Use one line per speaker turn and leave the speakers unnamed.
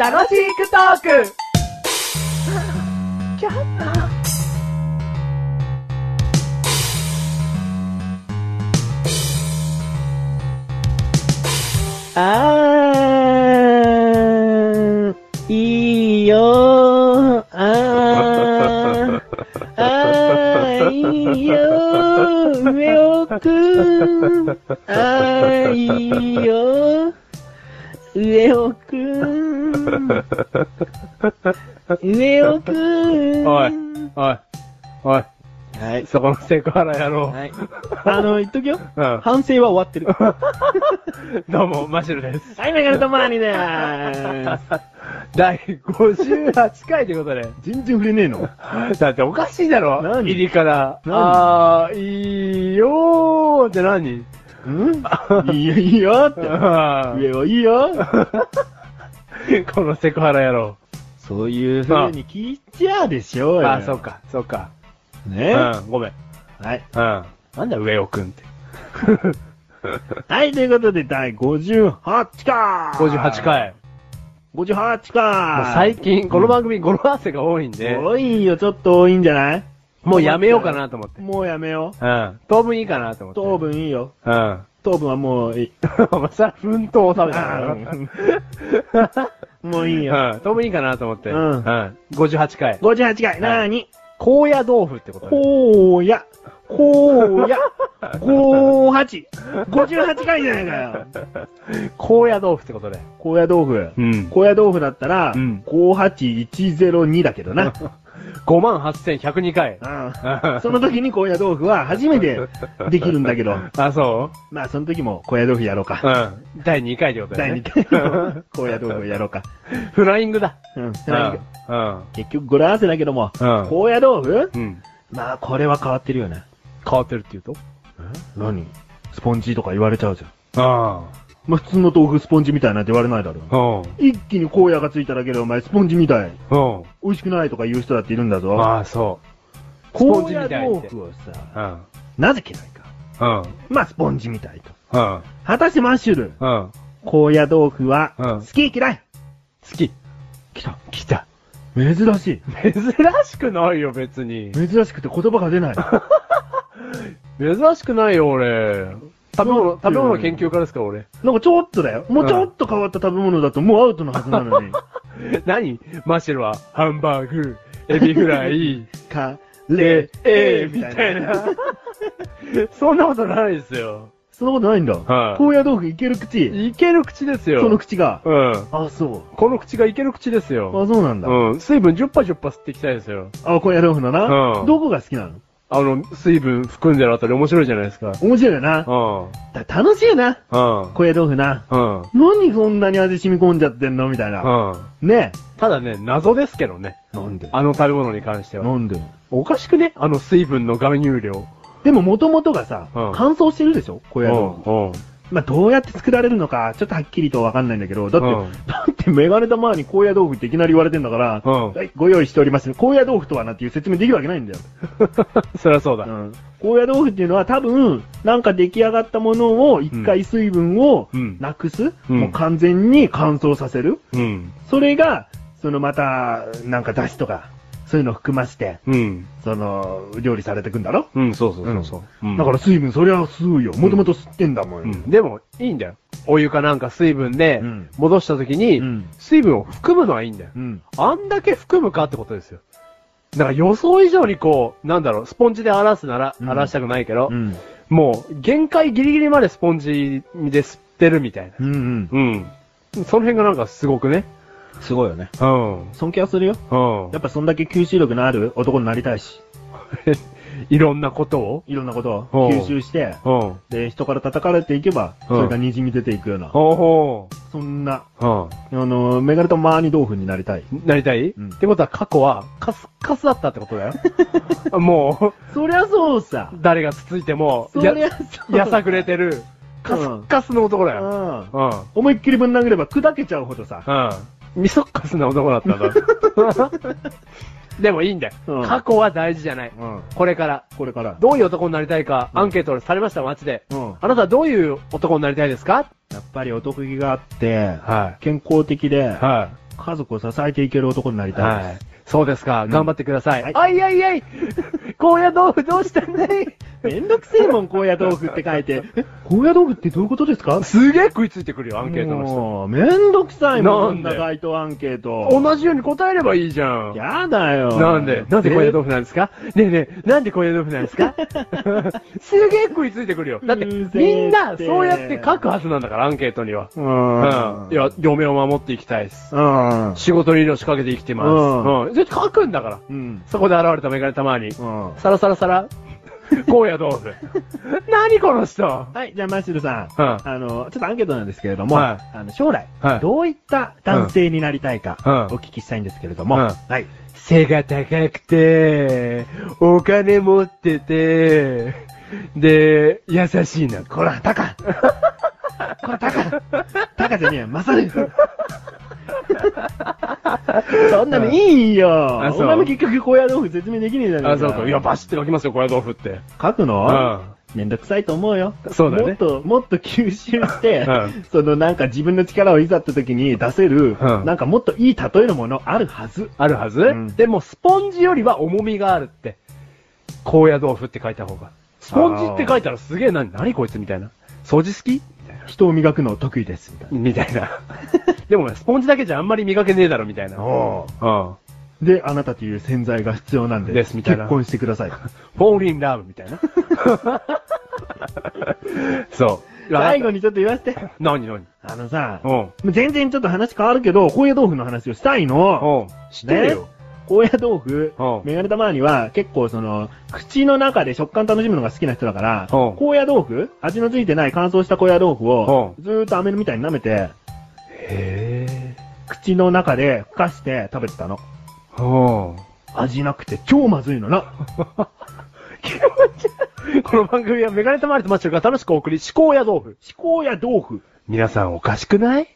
楽しくトーク
あー、いいよー、あー、あー、いいよー、梅尾くん、あー、いいよー、上尾くん、上尾くん。
おいおい、おい、
はい。
そこのセクハラ野郎。
はい。あの、言っとくよ。
うん
反省は終わってる。
どうも、マシュルです。
はい、メガネとマー ニーです。
第58回ということで。
全然触れねえの。
だっておかしいだろ
何
入りから。
何
あー、いいよーって何
うんいいよ、いいよって。上はいいよ。
このセクハラ野郎。
そういう風に聞いちゃうでしょよ。
あー、そうか、そうか。
ね
うん、ごめん。
はい。
うん。
なんだ
上尾くん って。
はい、ということで、第58回
58。回。
58
もう
回
最近、この番組語呂合わせが多いんで、
多いよ、ちょっと多いんじゃない
もうやめようかなと思って。
もうやめよ
うん。当分いいかなと
う。
思って。
糖分いいよ。
うん。
糖分はもういい。
お前さ、奮闘を収めたから
もういいよ。
うん。当分いいかなと思って。
うん
うん。58回。
58回、なーに
高野豆腐ってことね
こうや、こうや、五八、58回じゃないかよ。
高野豆腐ってことで。
高野豆腐。
ん
高野豆腐だったら、
うん
58102だけど な。
5万8102回。
うんその時に高野豆腐は初めてできるんだけ ど、
あ、そ
まあその時も高野豆腐やろう
う
か。
うん。第2回ってことだよ
第
ね。
2回 も高野豆腐やろうか。
フライングだ。
うん
うん。
結局語呂合わせだけども、
うん
高野豆腐
うん。
まあこれは変わってるよね。
変わってるって言うと
何スポンジとか言われちゃうじゃん。
あ
まあ普通の豆腐スポンジみたいなんて言われないだろう。
あ。うん。
一気に荒野がついただけでお前スポンジみたい。
うん。
美味しくないとか言う人だっているんだぞ。
ああ、そ
スポン
スポン
ジ
ジみ
みた
た
い
い
豆
って
腐をさ、
う。うん。
なぜ嫌いか。
うん。
まあスポンジみたいと。
うん。
果たしてマッシュル、
うん。
高野豆腐は
うん
好き嫌い。
好き。
来た。
来た。
珍しい。
珍しくないよ、別に。
珍しくて言葉が出 ない。
珍しくないよ、俺。食べ物、食べ物研究家ですから、俺。
なんかちょっとだよ。もうちょっと変わった食べ物だともうアウトのはずなの に。
何マシルは、ハンバーグ、エビフラ イ、
カ
え
レー、
え
え
ー、
ー、
み
み
た
た
い
いな。
な。そんなことないですよ。
そんなことないんだ。
はい
高野豆腐いける口。
いける口ですよ。
その口が。
うん。
あ、そう。
この口がいける口です
あ、
よ。
そうなんだ。
うん。水分10パ10パ吸っていきたいですよ。
あ、高野豆腐の
う
な。
ん
どこが好きなの
あの、水分含んでるあたり面白いじゃないですか。
面白いよな。
うん。うん。
だ楽しいよな。
う
小豆豆腐な。
ん。
何そんなに味染み込んじゃってんのみたいな。
うん。
ね
ただね、謎ですけどね。
え。なんで
あの食べ物に関しては。
んで
おかしくねあの水分の含有量。
でも元々がさ、
うん
乾燥してるでしょ小
う
屋豆
ん。
腐。
うん。
まあ、どうやって作られるのか、ちょっとはっきりとわかんないんだけど、だって、
うん
だってメガネ玉に高野豆腐っていきなり言われてんだから、
うん
はい、ご用意しております。高野豆腐とはなんていう説明できるわけないんだよ。
そりゃそうだ。
うん高野豆腐っていうのは多分、なんか出来上がったものを一回水分を
うん
なくす、
うん
もう完全に乾燥させる。
うん。
それが、そのまた、なんか出汁とか、そういうのを含まして、
うん。
その、料理されてくんだろ、
うん、そうそうそうそう。うん
だから水分そりゃ吸うよ。もともと吸ってんだもん。
うんでも、いいんだよ。お湯かなんか水分で
うん、
戻した時に
うん、
水分を含むのはいいんだよ。
うん。
あんだけ含むかってことですよ。だから予想以上にこう、なんだろう、スポンジで荒らすなら、
うん
荒らしたくないけど
う、ん。
もう、限界ギリギリまでスポンジで吸ってるみたいな。
うん。うん。
うん。その辺がなんかすごくね。
すごいよね。
うん。うん。
尊敬はするよ。やっぱそんだけ吸収力のある男になりたいし、
いろんなことを
いろんなこと
ほ
を
う
吸収して、
うん。
で、人から叩かれていけば、
うん
それが滲み出ていくような、
ほうほ
そんな、
う。うん。
あの、メガネとマーニ豆腐になりたい。
なりたい、
うん
ってことは過去はカスカス だったってことだよ。も
そりゃそうさ
う、。誰がつついても、
そりゃそう。
やさぐれてる、カスカスの男だ
う
よ。
ん。
うん。
思いっきりぶん殴れば砕けちゃうほどさ、
うん。みそっかすな男だったんだ。 でもいいんだよ、
うん
過去は大事じゃない。
うん。
これから。
これから。
どういう男になりたいか、アンケートされました、街で。
うん
あなたはどういう男になりたいですか
やっぱりお得意があって、
は
健康的で
い。、はい。
家族を支えていける男になりたいです。
はい。そうですか。頑張ってください。
はい
あいやいやい高野豆腐どうしたんだい
めんどくせえもん、高野豆腐って書い て。え、高野豆腐ってどういうことですか
すげえ食いついてくるよ、アンケートの人。
もう、めんどくさいもん、こ
なん
ん
で
な回答アンケート。
同じように答えればいいじゃん。
やだよ。
なんでなんで高野豆腐なんですかねえねえ、なんで高野豆腐なんですか すげえ食いついてくるよ。だって、
う
み
るせえって
んな、そうやって書くはずなんだから、アンケートには。
う。
うんん。いや、嫁を守っていきたいです。
うん。
仕事に命かけて生きてます。
うん
うん。で、書くんだから。
うん。
そこで現れたメガネたまに。
うん。
サラサラサ ラ。高野豆腐。 何この人
はい、じゃあ、マッシュルさん。
うん
あの、ちょっとアンケートなんですけれども、
はい
あの将来、
はい
どういった男性になりたいか、
うん
お聞きしたいんですけれども、
うん
はい。
背が高くて、お金持ってて、で、優しいな。
こら、タカこら、タカタカじゃねえよ、マサル そんなのいいよ
あそう
お前も結局高野豆腐説明できねえじゃね
あ、
えか
そうか。いや、バシって書きますよ、高野豆腐って。
書く
う
の、
ん。
めんどくさいと思うよ。
そうだね
もっと、もっと吸収して、
うん
そのなんか自分の力をいざった時に出せる、
うん
なんかもっといい例えのものあるはず。
あるはず、
うん
でも、スポンジよりは重みがあるって。高野豆腐って書いた方が。スポンジって書いたらすげえな、何こいつみたいな。掃除好き
人を磨くの得意です、みたい
みたい な。でもね、スポンジだけじゃあんまり磨けねえだろ、みたいな。
な。
うん。
で、あなたという洗剤が必要なんで、
ですみたいな
結婚してくだ さい。
フォーリンラブみた いな。そう。
最後にちょっと言わせて。
何何
あのさ、
うん。
全然ちょっと話変わるけど、高野豆腐の話をしたいの。
うん。知ってるよ。
高野豆腐
うん、
メガネたまには結構その、口の中で食感楽しむのが好きな人だから、
うん
高野豆腐味のついてない乾燥した高野豆腐を
う、
ずーっと飴みたいに舐めて、
へえ。
口の中でふかして食べてたの。
うん。
味なくて超まずいの な。
この番組はメガネたまわりとマッチョが楽しくお送り、思考や豆腐。
至高野豆腐。
皆さんおかしくない